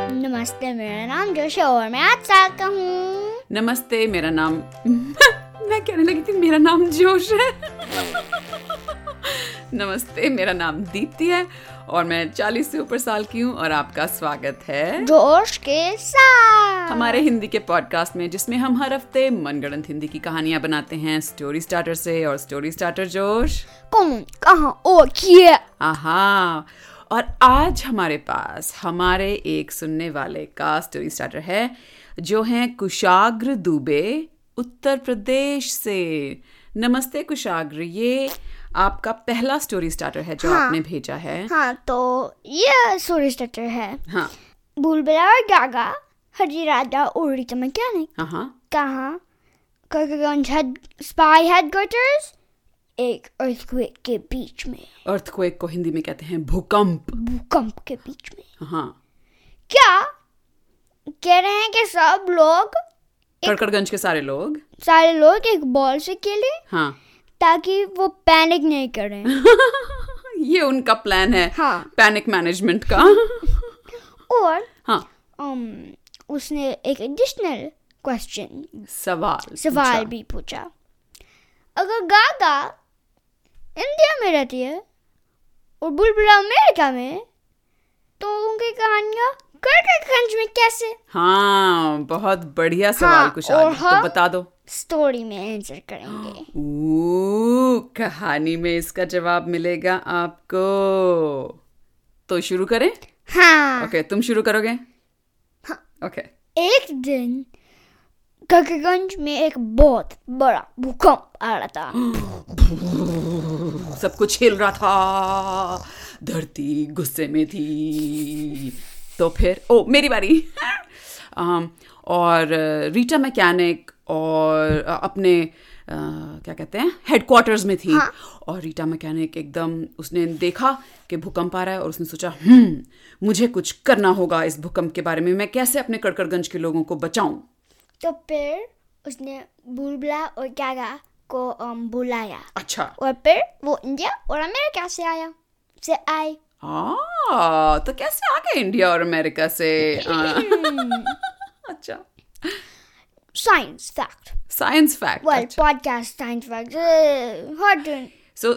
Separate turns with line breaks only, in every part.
नमस्ते मेरा नाम जोश है और मैं आठ साल का हूँ
नमस्ते मेरा नाम मैं कहने लगी थी मेरा नाम जोश है नमस्ते मेरा नाम दीप्ति है और मैं 40 से ऊपर साल की हूँ और आपका स्वागत है
जोश के साथ
हमारे हिंदी के पॉडकास्ट में जिसमें हम हर हफ्ते मनगढ़ंत हिंदी की कहानियां बनाते हैं स्टोरी स्टार्टर से और स्टोरी स्टार्टर जोश
कौन कहा और किए
आहा और आज हमारे पास हमारे एक सुनने वाले का स्टोरी स्टार्टर है जो हैं कुशाग्र दुबे उत्तर प्रदेश से नमस्ते कुशाग्र ये आपका पहला स्टोरी स्टार्टर है जो
हाँ।
आपने भेजा है
हाँ तो ये सूर्य स्ट्रक्चर है
हाँ
बुलबुला और गागा हरी राजा उड़ी चमक्या ने
हाँ हाँ
कहा करकगंज हेड स्पाई हेडक्वार्टर्स एक अर्थक्वेक के बीच में
अर्थक्वेक को हिंदी में कहते हैं भूकंप
भूकंप के बीच में
हाँ
क्या कह रहे हैं कि सब लोग
कड़कड़गंज के सारे लोग
सारे लोग एक बॉल से खेलें
हाँ
ताकि वो पैनिक नहीं करें
ये उनका प्लान है
हाँ।
पैनिक मैनेजमेंट का
और
हाँ
um, उसने एक एडिशनल क्वेश्चन
सवाल
सवाल भी पूछा अगर गागा इंडिया में रहती है और बुलबुला अमेरिका में तो उनकी कहानियाँ कड़कड़गंज में कैसे
हाँ बहुत बढ़िया सवाल
हाँ,
कुछ
और हाँ।
तो बता दो
स्टोरी में आंसर करेंगे
ऊ, कहानी में इसका जवाब मिलेगा आपको तो शुरू करें ओके
हाँ
तुम शुरू करोगे
हाँ।
ओके
एक दिन कड़कड़गंज में एक बहुत बड़ा भूकंप आ रहा था
सब कुछ हिल रहा था धरती गुस्से में थी तो फिर ओ मेरी बारी अम, और अ, रीटा मैकेनिक और अ, अपने अ, क्या कहते हैं हेडक्वार्टर्स में थी और रीटा मैकेनिक एकदम उसने देखा कि भूकंप आ रहा है और उसने सोचा हम्म मुझे कुछ करना होगा इस भूकंप के बारे में मैं कैसे अपने कड़कड़गंज के लोगों को बचाऊं
तो फिर उसने बुलबुला और गागा को अम, बुलाया
अच्छा
और फिर वो इंडिया और अमेरिका से आया से आए
हाँ तो कैसे आ गए इंडिया और अमेरिका से अ, अच्छा
science fact
science
well
fact
podcast science fact hot
so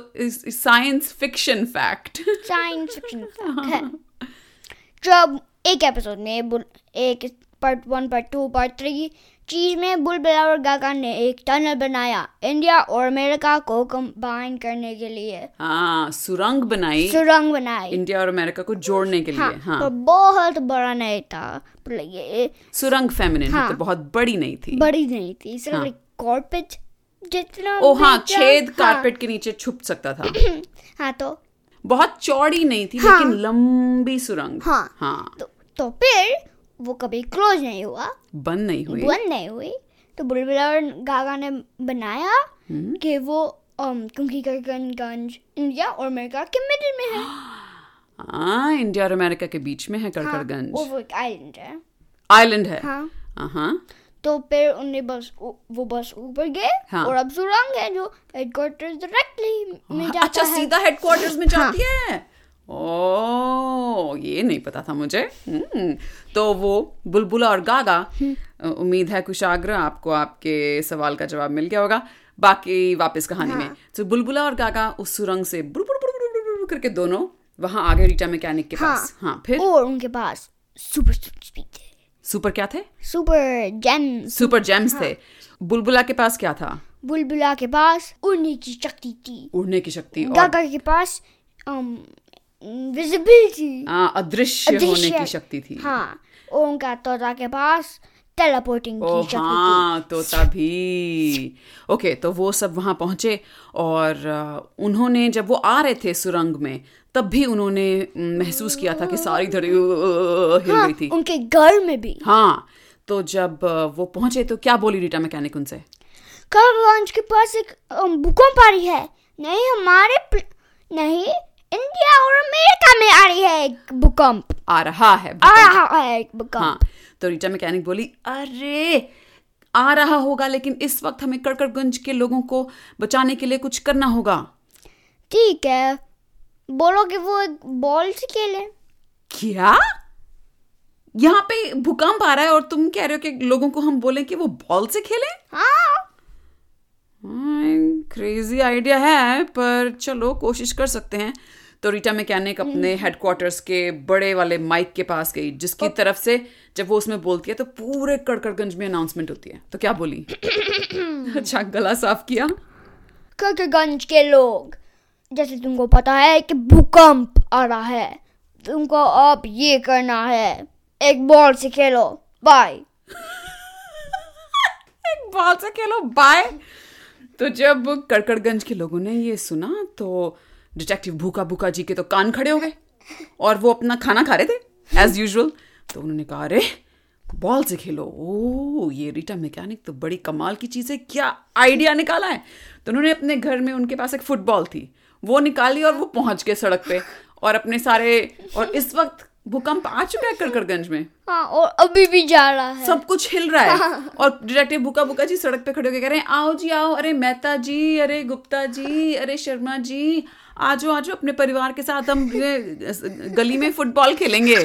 science fiction fact
science fiction fact जब एक एपिसोड में बुल एक part one part two part three चीज में बुलबुला और गागा ने एक टनल बनाया इंडिया और अमेरिका को कंबाइन करने के लिए
हाँ सुरंग बनाई
सुरंग बनाई
इंडिया और अमेरिका को जोड़ने के लिए
हाँ
हाँ
पर बहुत बड़ा नहीं था पर ये
सुरंग फेमिनिन
हाँ।
मतलब बहुत बड़ी नहीं थी
बड़ी नहीं थी सिर्फ
हाँ।
एक कॉर्पेट जितना
ओ हाँ
भी था,
छेद
हाँ,
कारपेट के नीचे छुप सकता था
हाँ तो
बहुत चौड़ी नहीं थी लेकिन लंबी सुरंग
हाँ।
हाँ
तो, तो फिर वो कभी क्लोज नहीं हुआ
बंद नहीं हुई
बंद नहीं हुई तो बुलबुला और गागा ने बनाया
हम्म।
कि वो अम, क्योंकि करकनगंज इंडिया और अमेरिका के मिडिल में है
हाँ इंडिया और अमेरिका के बीच में है
हाँ, और
कड़कड़गंज
वो एक आइलैंड है
आइलैंड है
हाँ
हाँ
तो फिर उन्हें बस उ- वो बस ऊपर गए
हाँ।
और अब सुरंग है जो हेडक्वार्टर डायरेक्टली में जाता
अच्छा
है हाँ।
सीधा हेडक्वार्टर्स में जाती है ओ ये नहीं पता था मुझे हम्म, तो वो बुलबुला और गागा
हम्म।
अ, उम्मीद है कुशाग्र आपको आपके सवाल का जवाब मिल गया होगा बाकी वापस कहानी
हाँ।
में तो बुलबुला और गागा उस सुरंग से बुरु बुरु बुरु बुरु बुरु बुरु करके दोनों वहां आ गए रीटा मैकेनिक के
हाँ।
पास हाँ फिर
और उनके पास सुपर स्पीड है
सुपर क्या थे
सुपर जेम्स
सुपर जेम्स
हाँ।
थे बुलबुला के पास क्या था
बुलबुला के पास उड़ने की शक्ति थी
उड़ने की शक्ति और
गागा के पास um, विजिबिलिटी
आ, अदृश्य होने की शक्ति थी
हाँ और उनका तोता के पास टेलीपोर्टिंग
ओ
की शक्ति
हाँ तोता भी ओके तो वो सब वहां पहुंचे और अ, उन्होंने जब वो आ रहे थे सुरंग में तब भी उन्होंने म, महसूस किया था कि सारी धरती अ, हिल गई
थी
थी
हाँ, उनके घर में भी
हाँ तो जब अ, वो पहुंचे तो क्या बोली रीटा मैकेनिक उनसे
करगंज के पास एक अम, भूकंप आ रही है नहीं हमारे प्ल- नहीं इंडिया और अमेरिका में आ रही है एक भूकंप
आ रहा है
आ
भूकंप।
रहा है एक भूकंप
हाँ तो रीटा मैकेनिक बोली अरे आ रहा होगा लेकिन इस वक्त हमें कड़कड़गंज के लोगों को बचाने के लिए कुछ करना होगा
ठीक है बोलो कि वो एक बॉल से खेलें
क्या यहाँ पे भूकंप आ रहा है और तुम कह रहे हो कि लोगों को हम बोले कि वो बॉल से खेलें
हाँ
क्रेजी आइडिया है पर चलो कोशिश कर सकते हैं तो रीटा मैकेनिक अपने हेडक्वार्टर्स के बड़े वाले माइक के पास गई जिसकी तरफ से जब वो उसमें बोलती है तो पूरे कड़कड़गंज में अनाउंसमेंट होती है तो क्या बोली अच्छा गला साफ किया
ककगंज के लोग जैसे तुमको पता है कि भूकंप आ रहा है तुमको अब ये करना है एक बॉल से खेलो बाय
एक बॉल से खेलो बाय तो जब कड़कड़गंज के लोगों ने ये सुना तो डिटेक्टिव भूखा भूखा जी के तो कान खड़े हो गए और वो अपना खाना खा रहे थे एज यूजल तो उन्होंने कहा अरे बॉल से खेलो ओ ये रीटा मैकेनिक तो बड़ी कमाल की चीज़ है क्या आइडिया निकाला है तो उन्होंने अपने घर में उनके पास एक फुटबॉल थी वो निकाली और वो पहुंच गए सड़क पे और अपने सारे और इस वक्त भूकंप आ चुका है कड़कड़गंज में
हाँ और अभी भी जा रहा है
सब कुछ हिल रहा है और डिटेक्टिव बुका बुका जी सड़क पे खड़े होकर कह रहे हैं आओ जी आओ अरे मेहता जी अरे गुप्ता जी अरे शर्मा जी आजो आजो अपने परिवार के साथ हम ये गली में फुटबॉल खेलेंगे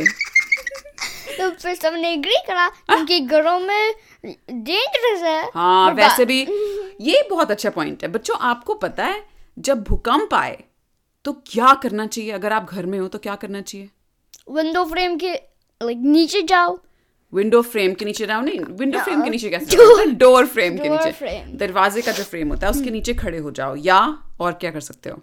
तो फिर सबने एग्री करा क्योंकि घरों में डेंजरस है
हाँ
और बा-
वैसे भी ये बहुत अच्छा पॉइंट है बच्चों आपको पता है जब भूकंप आए तो क्या करना चाहिए अगर आप घर में हो तो क्या करना चाहिए
विंडो फ्रेम के लाइक नीचे जाओ
विंडो फ्रेम के नीचे जाओ नहीं विंडो फ्रेम के नीचे कैसे जाओ? डोर फ्रेम के
डोर
नीचे
फ्रेम।
दरवाजे का जो फ्रेम होता है उसके नीचे खड़े हो जाओ या और क्या कर सकते हो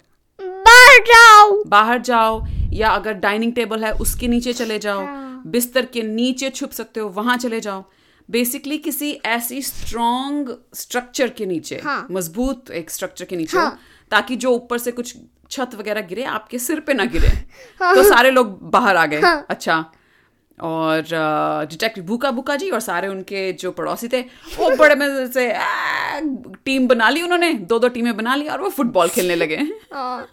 बाहर जाओ
बाहर जाओ या अगर डाइनिंग टेबल है उसके नीचे चले जाओ
अच्छा।
बिस्तर के नीचे छुप सकते हो वहां चले जाओ बेसिकली किसी ऐसी स्ट्रॉन्ग स्ट्रक्चर के नीचे
हाँ।
मजबूत एक स्ट्रक्चर के नीचे हो, ताकि जो ऊपर से कुछ छत वगैरह गिरे आपके सिर पे ना गिरे
हाँ।
तो सारे लोग बाहर आ गए अच्छा और डिटेक्टिव भूखा भूखा जी और सारे उनके जो पड़ोसी थे वो बड़े मजे से आ, टीम बना ली उन्होंने दो दो टीमें बना ली और वो फुटबॉल खेलने लगे
हाँ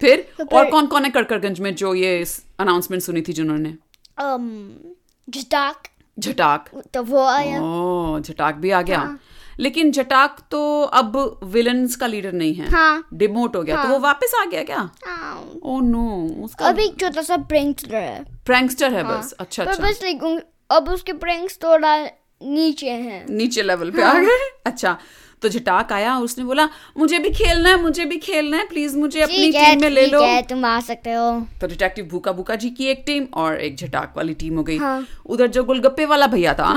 फिर
तो
और
फिर-
कौन कौन है कड़कड़गंज में जो ये अनाउंसमेंट सुनी थी जिन्होंने
um जटाक
झटाक
तो वो आया
ओ झटाक भी आ गया
हाँ।
लेकिन झटाक तो अब विलन्स का लीडर नहीं है
हाँ।
डिमोट हो गया तो वो वापस आ गया क्या
हाँ।
ओ नो उसका
अब एक छोटा सा प्रैंकस्टर है
प्रैंकस्टर है बस अच्छा
हाँ। पर
अच्छा
बस लाइक अब उसके प्रैंक्स थोड़ा नीचे हैं
नीचे लेवल पे
हाँ।
आ गए अच्छा तो झटाक आया उसने बोला मुझे भी खेलना है मुझे भी खेलना है प्लीज मुझे अपनी
ठीक है
टीम में ले
ठीक
लो
है तुम आ सकते हो
तो डिटेक्टिव भूका भूका जी की एक टीम और एक झटाक वाली टीम हो गई
हाँ।
उधर जो गोलगप्पे वाला भैया था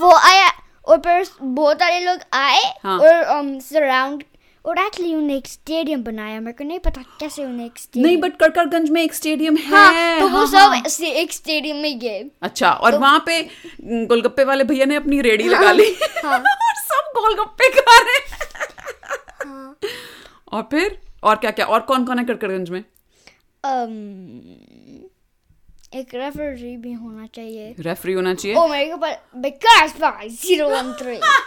वो आया और फिर बहुत सारे लोग आए
हाँ।
और सराउंड और एक्चुअली उन्हें एक स्टेडियम बनाया मेरे को नहीं पता कैसे उन्हें एक स्टेडियम
नहीं बट कड़कड़गंज में एक स्टेडियम है
हाँ, तो वो
हाँ,
सब तो-
हाँ।
ऐसे एक स्टेडियम में गए
अच्छा और वहां पे गोलगप्पे वाले भैया ने अपनी रेडी
हाँ,
लगा ली और सब गोलगप्पे खा रहे हैं।
हाँ।
और फिर और क्या क्या और कौन कौन है कड़कड़गंज में
um, एक रेफरी भी होना चाहिए
रेफरी होना चाहिए
ओ मेरे को पर बेकार स्पाई जीरो वन थ्री
हाँ,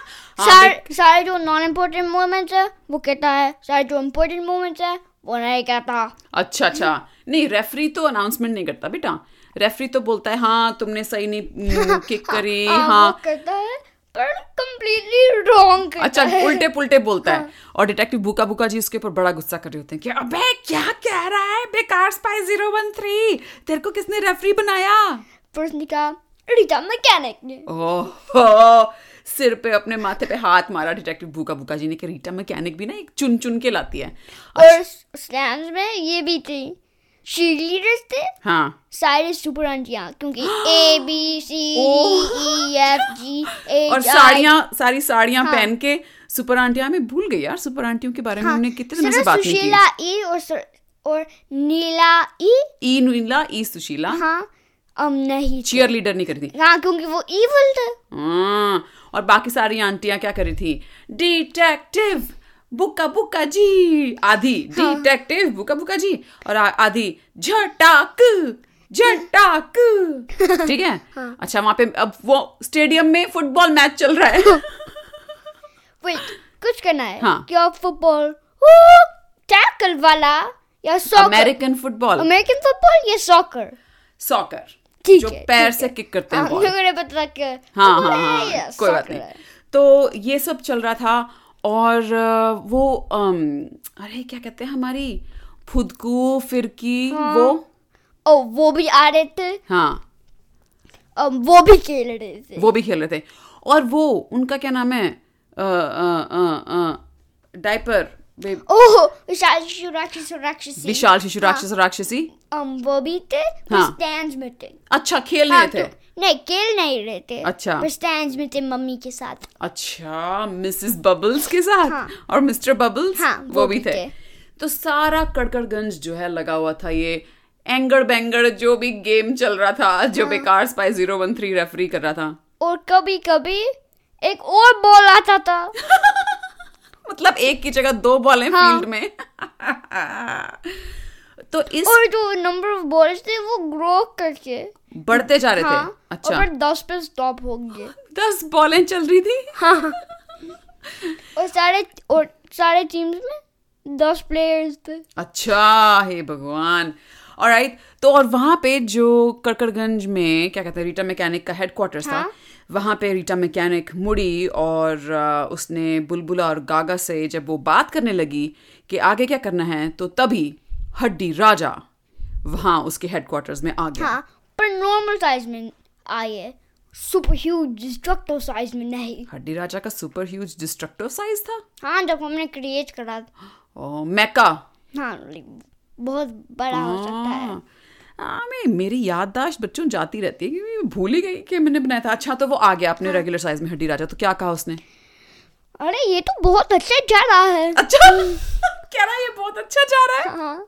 सारे सारे जो नॉन इम्पोर्टेंट मोमेंट्स है वो कहता है सारे जो इम्पोर्टेंट मोमेंट्स है वो नहीं कहता
अच्छा अच्छा नहीं रेफरी तो अनाउंसमेंट नहीं करता बेटा रेफरी तो बोलता है हाँ तुमने सही नहीं किक करी
हाँ, वो
हाँ
कहता है पर कंप्लीटली रॉन्ग कहता
अच्छा
है
उल्टे पुल्टे बोलता है
हाँ।
और डिटेक्टिव भूका भूका जी उसके ऊपर बड़ा गुस्सा कर रहे होते हैं कि अबे क्या कह रहा है बेकार स्पाई जीरो वन थ्री तेरे को किसने रेफरी बनाया
फिर उसने कहा रीटा मैकेनिक ने
ओह सिर पे अपने माथे पे हाथ मारा डिटेक्टिव भूका भूका जी ने कि रीटा मैकेनिक भी ना एक चुन चुन के लाती है
और स्लैम्स में ये भी थी शील्ड लीडर्स थे
हाँ
सारे सुपर आंटियां क्योंकि A B C E F G H
Oh. और साड़ियाँ सारी साड़ियाँ
हाँ।
पहन के सुपर आंटियां में भूल गई यार सुपर आंटियों के बारे में हमने कितने दिनों से बात नहीं
हाँ। सुशीला ई और सर, और नीला E ई
की ई नीला ई सुशीला
हाँ हम नहीं थे।
चीयर लीडर नहीं करी थी
हाँ क्योंकि वो इवल थे
हाँ, और बाकी सारी आंटियां क्या करी थी डिटेक्टिव बुका बुका जी आधी
हाँ।
डिटेक्टिव बुका बुका जी और आ- आधी झटाक झटाक ठीक है
हाँ।
अच्छा वहां पे अब वो स्टेडियम में फुटबॉल मैच चल रहा है
तो वेट कुछ करना है
हाँ।
क्या फुटबॉल टैकल वाला या soccer
American football
American football या सॉकर
सॉकर
ठीक
जो
है,
पैर
ठीक
से किक करते हैं
हाँ
बॉल
मेरे को पता कि
हाँ
football
हाँ
है
हाँ
या
कोई बात
soccer
नहीं
है।
तो ये सब चल रहा था और अ, वो अम, अरे क्या कहते हैं हमारी
हाँ।
फुदकू फिरकी वो
और वो भी आ रहे थे
हाँ
अम, वो भी खेल रहे थे
वो भी खेल रहे थे और वो उनका क्या नाम है डाइपर
ओह शाशु राक्षस और राक्षसी
विशाल शिशु
हाँ।
राक्षस और राक्षसी
अम, वो भी थे
हाँ।
स्टैंड में थे
अच्छा खेल
हाँ, तो,
रहे थे
नहीं खेल नहीं रहे थे
अच्छा।
स्टैंड में थे मम्मी के साथ
अच्छा मिसेस बबल्स के साथ
हाँ।
और मिस्टर बबल्स
हाँ,
वो भी थे तो सारा कड़कड़गंज जो है लगा हुआ था ये एंगड़ बेंगड़ जो भी गेम चल रहा था जो
हाँ।
बेकार spy zero one three referee कर रहा था
और कभी कभी एक और बॉल आता था
मतलब एक की जगह दो बॉल है
हाँ।
फील्ड में तो इस
और जो नंबर ऑफ बॉल्स थे वो ग्रो करके
बढ़ते जा रहे
हाँ
थे
और
अच्छा
फिर दस पे स्टॉप होंगे
दस बॉलें चल रही थी
हाँ और सारे और सारे टीम्स में दस प्लेयर्स थे
अच्छा हे भगवान और तो और वहां पे जो कड़कड़गंज में क्या कहते हैं रीटा मैकेनिक का हेडक्वार्टर्स था
हाँ।
वहां पे रीटा मैकेनिक मुड़ी और अ, उसने बुलबुला और गागा से जब वो बात करने लगी कि आगे क्या करना है तो तभी हड्डी राजा वहां उसके हेडक्वार्टर्स में आ गया
हाँ पर नॉर्मल साइज में आए सुपर ह्यूज डिस्ट्रक्टिव साइज में नहीं
हड्डी राजा का सुपर ह्यूज डिस्ट्रक्टिव साइज था
हाँ जब हमने क्रिएट करा
और मैका
हाँ बहुत बड़ा हो सकता है
हाँ। हाँ, मैं मेरी याददाश्त बच्चों जाती रहती है क्योंकि मैं भूल ही गई कि मैंने बनाया था अच्छा तो वो आ गया
हाँ।
अपने रेगुलर साइज में हड्डी राजा तो क्या कहा उसने
अरे ये तो बहुत अच्छा जा रहा है
अच्छा कह रहा है ये बहुत अच्छा जा रहा है
हाँ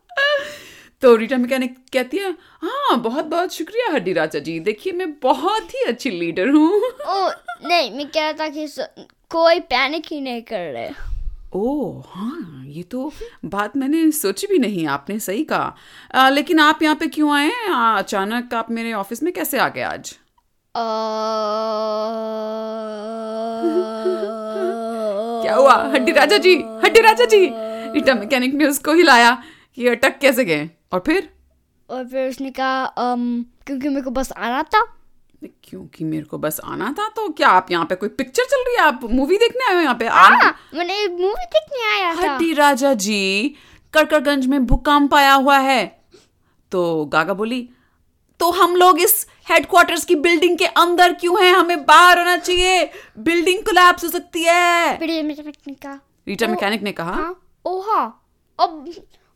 तो रीटा मैकेनिक कहती है हाँ बहुत बहुत शुक्रिया हड्डी राजा जी देखिए मैं बहुत ही अच्छी लीडर हूँ
ओ Oh, नहीं मैं कह रहा था कि स- कोई पैनिक ही नहीं कर रहे
ओह हाँ ये तो बात मैंने सोची भी नहीं आपने सही कहा आ, लेकिन आप यहाँ पे क्यों आए हैं आ, अचानक आप मेरे ऑफिस में कैसे आ गए आज क्या
क्या
हुआ हड्डी राजा जी हड्डी राजा जी रीटा मैकेनिक ने उसको हिलाया कि अटक कैसे गए और फिर
और फिर उसने कहा अम क्योंकि मेरे को बस आना था
क्योंकि मेरे को बस आना था तो क्या आप यहाँ पे कोई पिक्चर चल रही है आप मूवी देखने आए हो यहाँ पे आना
हाँ, अच्छा। मैंने मूवी देखने आया था
हड्डी राजा जी कड़कड़गंज में भूकंप आया हुआ है तो गागा बोली तो हम लोग इस हेडक्वार्टर्स की बिल्डिंग के अंदर क्यों हैं हमें बाहर होना चाहिए बिल्डिंग कोलैप्स हो सकती है
फिर ये मेरे मैकेनिक ने कहा
रीटा मैकेनिक ने कहा
हाँ ओ हाँ अब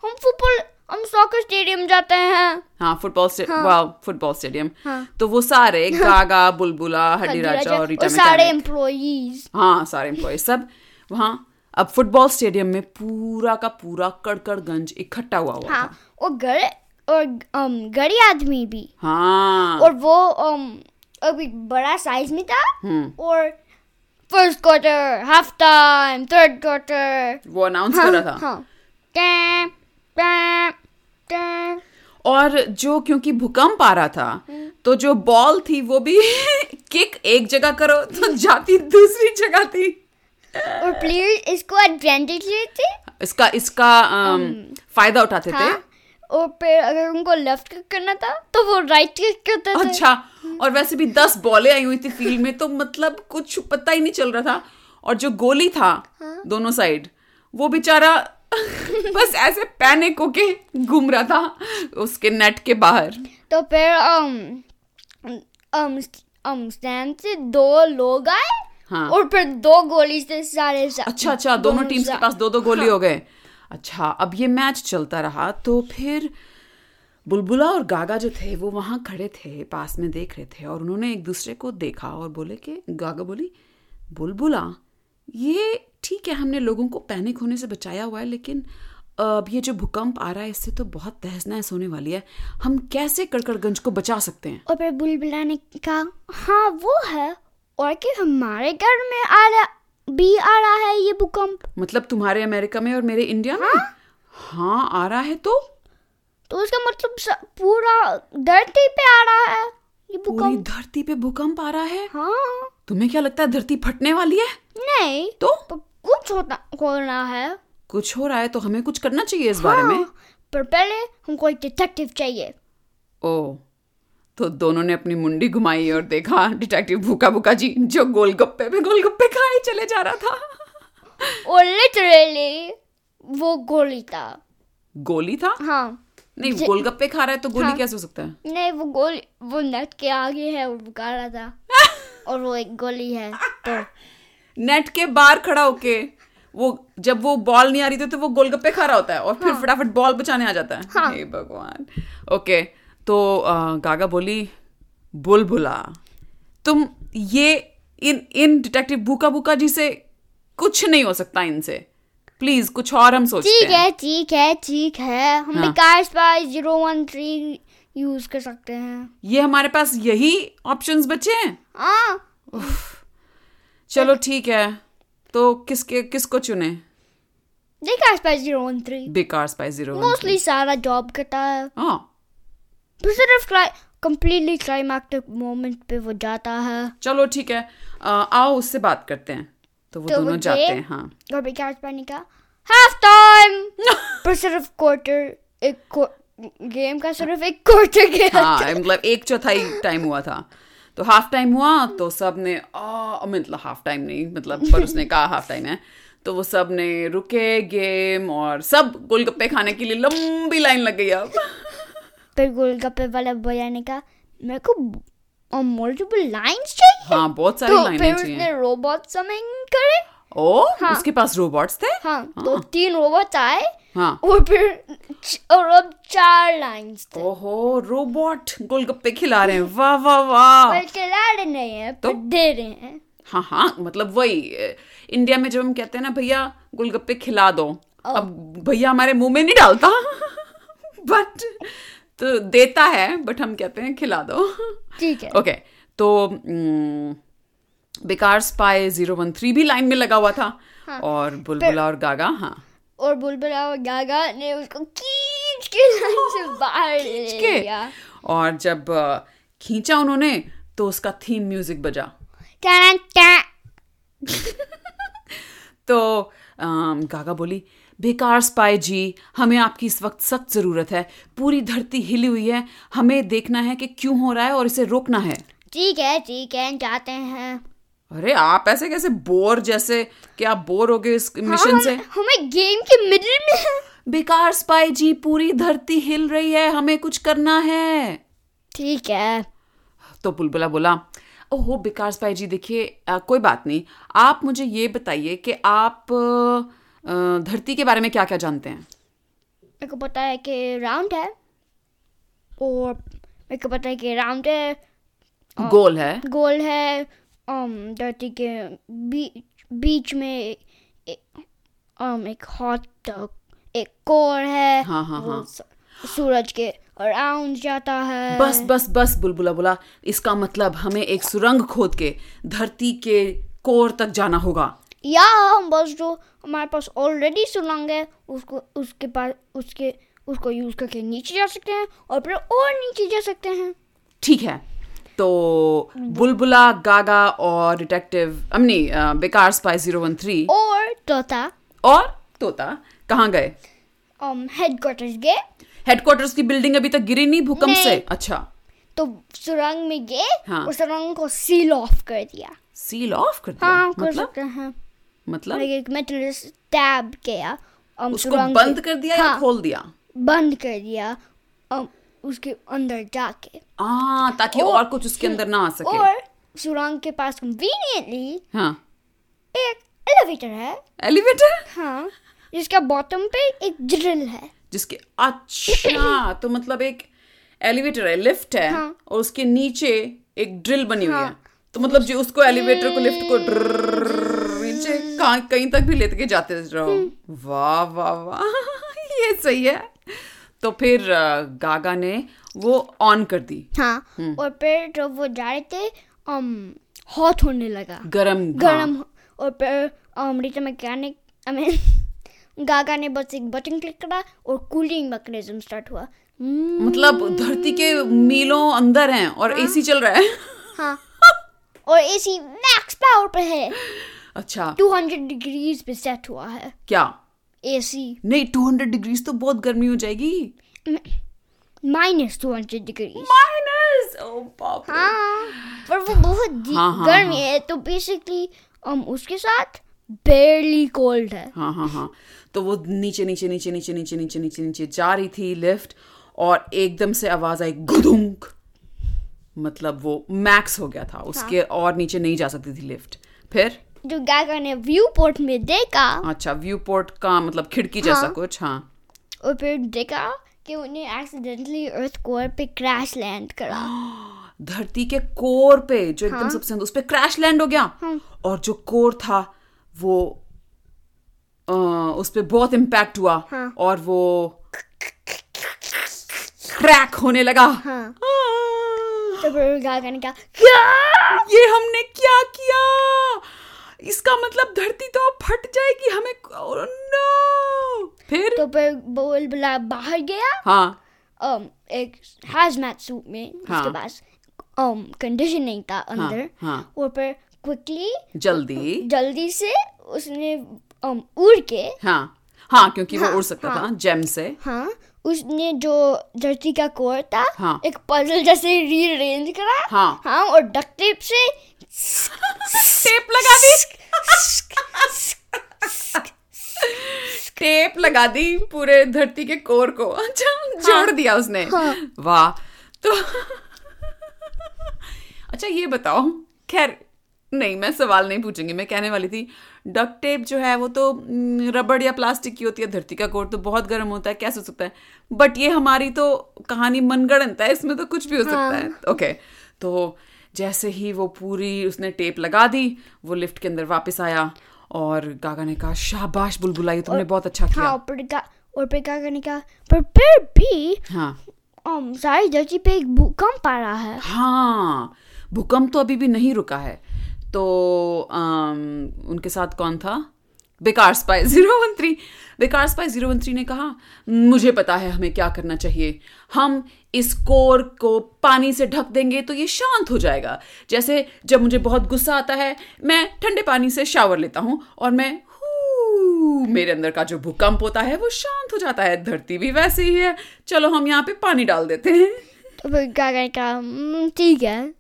हम फुटबॉल हम सॉकर स्टेडियम जाते हैं
हाँ फुटबॉल स्टेडियम वाह फुटबॉल स्टेडियम
हाँ।
तो वो सारे गागा बुलबुला हड्डी राजा और रीटा
और सारे
मैकेनिक
एम्प्लॉयज
हाँ सारे एम्प्लॉय सब वहाँ अब फुटबॉल स्टेडियम में पूरा का पूरा कड़कड़गंज इकट्ठा हुआ हुआ
हाँ
था
और घर और अम गड़ी आदमी भी
हाँ
और वो अम अभी बड़ा साइज में था
हम्म।
और first quarter half time third quarter
वो अनाउंस
हाँ,
कर रहा था
टैम टैम टैम
और जो क्योंकि भूकंप आ रहा था
हम्म।
तो जो बॉल थी वो भी किक एक जगह करो तो जाती दूसरी जगह थी
और प्लेयर इसको एडवांटेज लेते
इसका इसका अम, फायदा उठाते थे
हाँ और फिर अगर उनको लेफ्ट क्लिक करना था तो वो राइट क्लिक करते थे
अच्छा और वैसे भी दस बॉलें आई हुई थी फील्ड में तो मतलब कुछ पता ही नहीं चल रहा था और जो गोली था दोनों साइड वो बेचारा बस ऐसे पैनिक होके घूम रहा था उसके नेट के बाहर
तो फिर um, अम अम अम स्टैंड से दो लोग आए
हाँ।
और फिर दो गोली से सारे सा-
अच्छा अच्छा दोनों टीम्स के
सा-
पास दो दो गोली हो गए अच्छा अब ये मैच चलता रहा तो फिर बुलबुला और गागा जो थे वो वहां खड़े थे पास में देख रहे थे और उन्होंने एक दूसरे को देखा और बोले कि गागा बोली बुलबुला ये ठीक है हमने लोगों को पैनिक होने से बचाया हुआ है लेकिन अब ये जो भूकंप आ रहा है इससे तो बहुत तहस नहस होने वाली है हम कैसे कड़कड़गंज को बचा सकते हैं
और फिर बुलबुला ने कहा हाँ वो है और कि हमारे घर में आ रहा भी आ रहा है ये भूकंप
मतलब तुम्हारे अमेरिका में और मेरे इंडिया में हाँ आ रहा है तो
तो उसका मतलब स- पूरा धरती पे आ रहा है ये
पूरी
भूकंप
धरती पे भूकंप आ रहा है
हाँ
तुम्हें क्या लगता है धरती फटने वाली है
नहीं
तो
पर कुछ होता होना है
कुछ हो रहा है तो हमें कुछ करना चाहिए इस बारे में
हाँ, पर पहले हमको एक डिटेक्टिव चाहिए
ओ तो दोनों ने अपनी मुंडी घुमाई और देखा डिटेक्टिव भूखा भूखा जी जो गोलगप्पे पे गोलगप्पे खाए चले जा रहा था
और लिटरली वो गोली था
गोली था
हाँ
नहीं गोलगप्पे खा रहा है तो गोली
हाँ।
कैसे हो सकता है
नहीं वो गोली वो नेट के आगे है वो बुका रहा था और वो एक गोली है तो
नेट के बाहर खड़ा होके वो जब वो बॉल नहीं आ रही थी तो वो गोलगप्पे खा रहा होता है और फिर फटाफट बॉल बचाने आ जाता है
हाँ।
हे भगवान ओके तो अ, गागा बोली बुलबुला तुम ये इन इन डिटेक्टिव भूखा भूखा जी से कुछ नहीं हो सकता इनसे प्लीज कुछ और हम सोचते
ठीक
हैं
है ठीक है ठीक है हम
हाँ।
बेकार spy zero one three use कर सकते हैं
ये हमारे पास यही ऑप्शंस बचे हैं
हाँ
चलो ठीक है तो किसके किसको चुने
बेकार स्पाई जीरो वन थ्री
बेकार स्पाइस जीरो
मोस्टली सारा जॉब करता है
हाँ
फिर सिर्फ कंप्लीटली क्लाइमैक्टिक मोमेंट पे वो जाता है
चलो ठीक है अ, आओ उससे बात करते हैं तो वो
तो वो
दोनों जाते
गए?
हैं हाँ
और बेकार पानी का हाफ टाइम पर सिर्फ क्वार्टर एक गेम का सिर्फ एक क्वार्टर गया
हाँ मतलब एक चौथाई टाइम हुआ था तो हाफ टाइम हुआ तो सब ने आ, मतलब हाफ टाइम नहीं मतलब पर उसने कहा हाफ टाइम है तो वो सब ने रुके गेम और सब गोलगप्पे खाने के लिए लंबी लाइन लग गई अब
फिर गोलगप्पे वाला भैया ने कहा मेरे को मल्टीपल लाइंस चाहिए
हाँ बहुत सारी
तो
लाइनें
फिर
चाहिए
उसने हाँ। रोबोट समन करे
ओ उसके पास रोबोट्स थे
हाँ तो तीन रोबोट आए
हाँ
और फिर और अब चार लाइंस थे
ओहो रोबोट गोलगप्पे खिला रहे हैं
हाँ।
वाह वाह वाह तो
पर खिला रहे नहीं है पर दे रहे हैं
हाँ हाँ मतलब वही ए, इंडिया में जब हम कहते हैं ना भैया गोलगप्पे खिला दो अब भैया हमारे मुंह में नहीं डालता बट तो देता है बट हम कहते हैं खिला दो
ठीक है
ओके तो mm, बेकार स्पाई जीरो वन थ्री भी लाइन में लगा हुआ था और बुलबुला और गागा हाँ
और बुलबुला और गागा ने उसको खींच के लाइन से बाहर ले
के
लिया
और जब अ, खींचा उन्होंने तो उसका थीम म्यूजिक बजा
टन टन
तो अम, गागा बोली बेकार स्पाई जी हमें आपकी इस वक्त सख्त जरूरत है पूरी धरती हिली हुई है हमें देखना है कि क्यों हो रहा है और इसे रोकना है
ठीक है ठीक है जाते हैं
अरे आप ऐसे कैसे बोर जैसे कि आप बोर हो गए इस
हाँ,
मिशन से
हम, हमें गेम के मिडिल में हैं।
बेकार स्पाई जी पूरी धरती हिल रही है हमें कुछ करना है
ठीक है
तो बुलबुला बोला ओहो बेकार भाई जी देखिए अ, कोई बात नहीं आप मुझे ये बताइए कि आप अ, अ, धरती के बारे में क्या क्या जानते हैं
मेरे को पता है कि राउंड है और मेरे को पता है कि राउंड है हाँ।
गोल है
गोल है um, धरती के बीच बीच में ए, um, एक हॉट एक कोर है
हाँ, हाँ,
वो
हाँ।
सू- सूरज के अराउंड जाता है
बस बस बस बुलबुला बोला इसका मतलब हमें एक सुरंग खोद के धरती के कोर तक जाना होगा
या हम बस जो हमारे पास ऑलरेडी सुरंग है उसको उसके पास उसके उसको यूज करके नीचे जा सकते हैं और फिर और नीचे जा सकते हैं
ठीक है तो बुलबुला गागा और डिटेक्टिव अमनी बेकार स्पाई जीरो वन थ्री
और तोता
और तोता कहाँ गए
हेडक्वार्टर्स um, गए
हेडक्वार्टर्स की बिल्डिंग अभी तक गिरी नहीं भूकंप से
नहीं।
अच्छा
तो सुरंग में गए
हाँ।
और सुरंग को सील ऑफ कर दिया
सील ऑफ कर दिया
हाँ कर
मतलब
सकते हैं
मतलब
लाइक एक मेटल स्टैब किया um,
उसको
सुरंग
बंद
के-
कर दिया या
हाँ,
खोल दिया
बंद कर दिया um, उसके अंदर जाके
आ, हाँ, ताकि और,
और-
कुछ उसके अंदर ना आ सके
और सुरंग के पास कन्वीनियंटली
हाँ
एक एलिवेटर है
एलिवेटर
हाँ जिसका बॉटम पे एक ड्रिल है
जिसके अच्छा तो मतलब एक एलिवेटर है लिफ्ट है
हाँ।
और उसके नीचे एक ड्रिल बनी हुई है तो मतलब जो उसको एलिवेटर को लिफ्ट को drrrr नीचे कहाँ- कहीं तक भी लेते के जाते रहो वाह वाह वाह ये सही है तो फिर अ, गागा ने वो ऑन कर दी
हाँ
हम्म।
और फिर जब वो जा रहे थे um, हॉट होने लगा
गरम
गर्म और फिर um, Rita mechanic I mean Gaga ने बस एक बटन क्लिक करा और कूलिंग मैकेनिज्म स्टार्ट हुआ Hmm,
मतलब धरती के मीलों अंदर हैं और एसी चल रहा है
हाँ और एसी मैक्स पावर पे है
अच्छा
200 डिग्रीज पे सेट हुआ है
क्या
एसी
नहीं 200 डिग्रीज तो बहुत गर्मी हो जाएगी
माइनस 200 डिग्रीज
माइनस ओ बाप रे।
हाँ पर वो बहुत दी-
हाँ, हाँ,
गर्म है तो बेसिकली हम उसके साथ बेरली कोल्ड है
हाँ हाँ हाँ तो वो नीचे नीचे नीचे नीचे नीचे नीचे नीचे नीचे जा रही थी लिफ्ट और एकदम से आवाज आई गुदुंक मतलब वो मैक्स हो गया था उसके और नीचे नहीं जा सकती थी लिफ्ट फिर
जो गागा ने व्यू पोर्ट में देखा
अच्छा व्यू पोर्ट का मतलब खिड़की जैसा कुछ हाँ
और फिर देखा कि उन्हें एक्सीडेंटली अर्थ कोर पे क्रैश लैंड करा
हाँ। धरती के कोर पे जो एकदम सबसे अंदर, उस पे क्रैश लैंड हो गया और जो कोर था वो अ, उस पे बहुत इम्पैक्ट हुआ और वो क्रैक होने लगा आ,
तो फिर गागा ने कहा "क्या?"
ये हमने क्या किया इसका मतलब धरती तो अब फट जाएगी हमें नो फिर
तो फिर बोल बुला बाहर गया
हाँ
um, एक hazmat suit में
हाँ।
उसके पास um, conditioning था अंदर
हाँ।
और फिर क्विकली
जल्दी
जल्दी से उसने um, उड़ के
हाँ हाँ क्योंकि वो
हाँ,
उड़ सकता था जेम से
हाँ उसने जो धरती का कोर था
हाँ।
एक पजल जैसे रीअरेंज करा
हाँ।
हाँ और डक्ट टेप से
टेप लगा दी टेप लगा दी पूरे धरती के कोर को अच्छा जोड़
हाँ।
दिया उसने वाह तो अच्छा ये बताओ खैर नहीं मैं सवाल नहीं पूछूंगी मैं कहने वाली थी डक टेप जो है वो तो हम्म, रबड़ या प्लास्टिक की होती है धरती का कोर तो बहुत गर्म होता है कैसे हो सकता है बट ये हमारी तो कहानी मनगढ़ंत है इसमें तो कुछ भी हो सकता है ओके तो जैसे ही वो पूरी उसने टेप लगा दी वो लिफ्ट के अंदर वापस आया और गागा ने कहा शाबाश बुलबुला ये तुमने बहुत अच्छा किया
हाँ और फिर का और फिर क्या करने का पर फिर भी
हाँ
um, सारी धरती पे एक भूकंप आ रहा है
हाँ भूकंप तो अभी भी नहीं रुका है तो अम, उनके साथ कौन था बेकार स्पाई जीरो वन थ्री बेकार स्पाई जीरो वन थ्री ने कहा मुझे पता है हमें क्या करना चाहिए हम इस कोर को पानी से ढक देंगे तो ये शांत हो जाएगा जैसे जब मुझे बहुत गुस्सा आता है मैं ठंडे पानी से शावर लेता हूँ और मैं हूँ, मेरे अंदर का जो भूकंप होता है वो शांत हो जाता है धरती भी वैसे ही है चलो हम यहाँ पे पानी डाल देते हैं
तो फिर क्या करने का "हम्म, ठीक है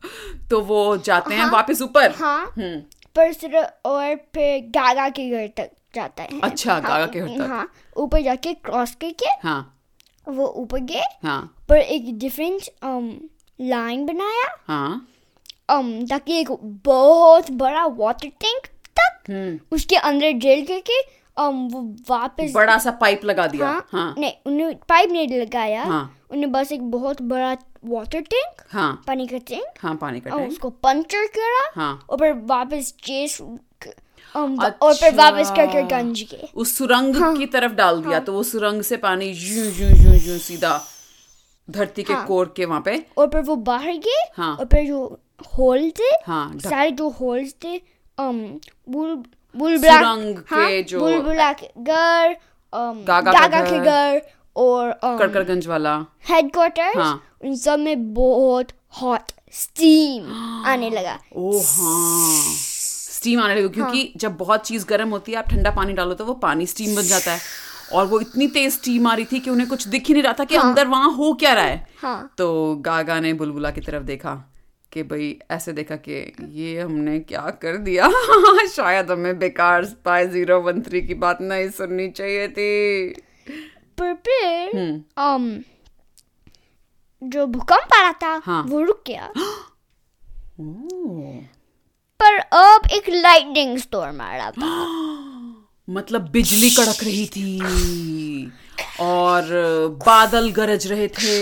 तो वो जाते हैं वापस ऊपर
हाँ
हम्म,
पर सिर्फ और फिर गागा के घर तक जाता है
अच्छा,
हाँ,
गागा के घर तक।
हाँ ऊपर जाके क्रॉस करके
हाँ
वो ऊपर गए
हाँ
पर एक डिफरेंट लाइन बनाया
हाँ
um, ताकि एक बहुत बड़ा वाटर टैंक तक
हम्म,
उसके अंदर ड्रिल करके um, वो वापस
बड़ा सा पाइप लगा दिया हाँ
नहीं उन्हें पाइप नहीं लगाया
हाँ।
उन्हें बस एक बहुत बड़ा वाटर टैंक
हाँ
पानी का टैंक
हाँ पानी का
और
टैंक
उसको पंचर करा
हाँ
और फिर वापस चेस um, और
अच्छा।
फिर वापस करके गंज गए
उस सुरंग की तरफ डाल दिया तो वो सुरंग से पानी यूं यूं यूं यूं सीधा धरती के कोर के वहां पे
और फिर वो बाहर गए
हाँ।
और फिर जो होल थे
हाँ, ढक-
सारे जो होल्स थे um, बुल बुल
सुरंग के जो-
बुलबुला के घर um,
गागा का
गागा के घर और um,
कड़कड़गंज वाला
हेडक्वार्टर्स
हाँ।
उन सब में बहुत हॉट स्टीम आने लगा
ओ हाँ स्टीम आने लगी क्योंकि जब बहुत चीज गर्म होती है आप ठंडा पानी डालो तो वो पानी स्टीम बन जाता है और वो इतनी तेज स्टीम आ रही थी कि उन्हें कुछ दिख ही नहीं रहा था कि अंदर वहां हो क्या रहा है
हाँ।
तो गागा ने बुलबुला की तरफ देखा कि भाई ऐसे देखा कि ये हमने क्या कर दिया शायद हमें बेकार स्पाई जीरो वन थ्री की बात नहीं सुननी चाहिए थी
पर फिर
हम्म।
um, जो भूकंप आ रहा था
हाँ।
वो रुक गया पर अब एक लाइटनिंग स्टोर्म आ रहा था
मतलब बिजली कड़क रही थी और बादल गरज रहे थे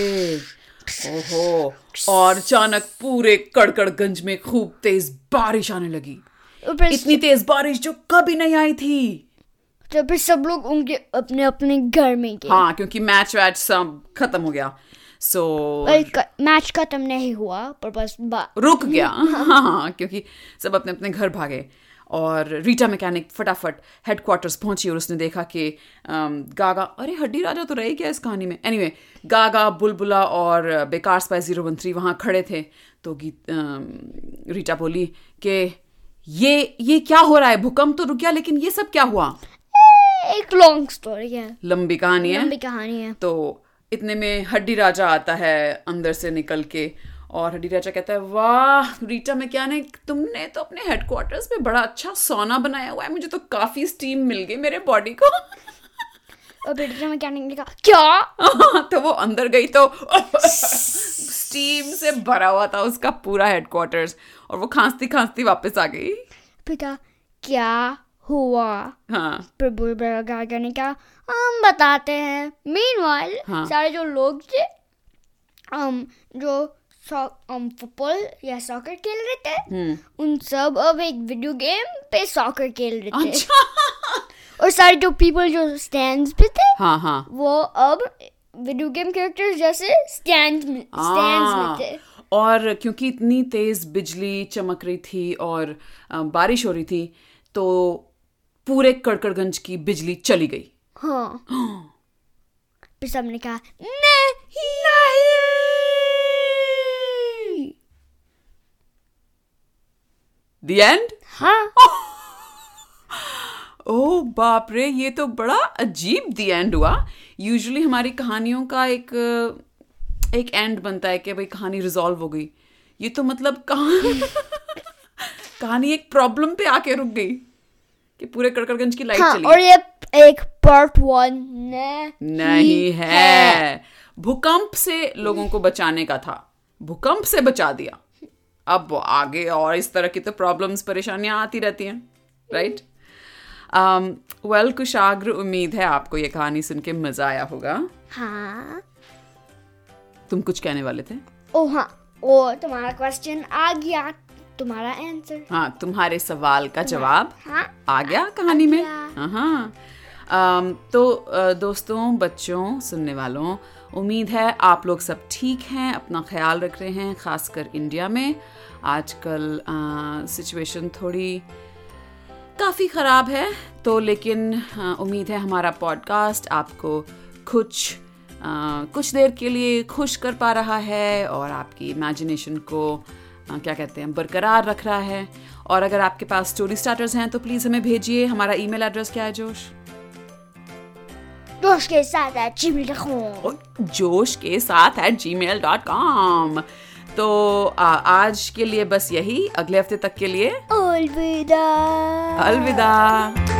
ओहो और अचानक पूरे कड़कड़गंज में खूब तेज बारिश आने लगी
और फिर
इतनी तेज बारिश जो कभी नहीं आई थी
तो फिर सब लोग उनके अपने अपने घर में गए
हाँ क्योंकि मैच वैच सब खत्म हो गया सो
और क- मैच खत्म नहीं हुआ पर बस बा-
रुक गया हाँ क्योंकि सब अपने अपने घर भागे और रीटा मैकेनिक फटाफट हेडक्वार्टर्स पहुंची और उसने देखा कि अम, गागा अरे हड्डी राजा तो रही क्या इस कहानी में एनीवे anyway, गागा बुलबुला और अ, बेकार स्पाई जीरो वन थ्री वहाँ खड़े थे तो गीत अम, रीटा बोली कि ये ये क्या हो रहा है भूकंप तो रुक गया लेकिन ये सब क्या हुआ
एक लॉन्ग स्टोरी है
लंबी कहानी है
लंबी कहानी है
तो इतने में हड्डी राजा आता है अंदर से निकल के और हड्डी राजा कहता है वाह रीटा मैकेनिक तुमने तो अपने हेडक्वार्टर्स में बड़ा अच्छा सोना बनाया हुआ है मुझे तो काफी स्टीम मिल गई मेरे बॉडी को
और बेटा मैकेनिक ने कहा क्या
तो वो अंदर गई तो स्टीम से भरा हुआ था उसका पूरा हेडक्वार्टर्स और वो खांसती खांसती वापस आ गई
पिता क्या हुआ
हाँ
प्रभु गागा ने कहा हम बताते हैं मीनवाइल
हाँ।
सारे जो लोग थे हम जो फुटबॉल या सॉकर खेल रहे थे
हम्म
उन सब अब एक वीडियो गेम पे सॉकर खेल रहे थे
अच्छा
और सारे जो पीपल जो स्टैंड्स पे थे
हाँ हाँ
वो अब वीडियो गेम कैरेक्टर्स जैसे स्टैंड में स्टैंड्स में
हाँ,
थे
और क्योंकि इतनी तेज बिजली चमक रही थी और अ, बारिश हो रही थी तो पूरे कड़कड़गंज की बिजली चली गई
हाँ फिर सबने कहा नहीं नहीं
द एंड
हाँ
ओ बाप रे ये तो बड़ा अजीब द एंड हुआ यूजुअली हमारी कहानियों का एक अ, एक एंड बनता है कि भाई कहानी रिजॉल्व हो गई ये तो मतलब कहानी कहानी एक प्रॉब्लम पे आके रुक गई कि पूरे कड़कड़गंज की लाइट
हाँ
चली गई।
और ये एक पार्ट वन ने
नहीं है भूकंप से लोगों को बचाने का था भूकंप से बचा दिया अब वो आगे और इस तरह की तो प्रॉब्लम्स परेशानियां आती रहती हैं Um, राइट वेल कुशाग्र उम्मीद है आपको ये कहानी सुन के मजा आया होगा
हाँ
तुम कुछ कहने वाले थे
ओ हाँ ओ तुम्हारा क्वेश्चन आ गया तुम्हारा आंसर
हाँ तुम्हारे सवाल का जवाब
हाँ
आ गया कहानी में
गया।
हाँ अम, तो अ, दोस्तों बच्चों सुनने वालों उम्मीद है आप लोग सब ठीक हैं अपना ख्याल रख रहे हैं खासकर इंडिया में आजकल सिचुएशन थोड़ी काफ़ी ख़राब है तो लेकिन अ, उम्मीद है हमारा पॉडकास्ट आपको कुछ अ, कुछ देर के लिए खुश कर पा रहा है और आपकी इमेजिनेशन को अ, क्या कहते हैं बरकरार रख रहा है और अगर आपके पास स्टोरी स्टार्टर्स हैं तो प्लीज़ हमें भेजिए हमारा ईमेल एड्रेस क्या है जोश
जोश के साथ है चिमल रखो
और जोश के साथ at ji mail dot com तो आ, आज के लिए बस यही अगले हफ्ते तक के लिए
अलविदा
अलविदा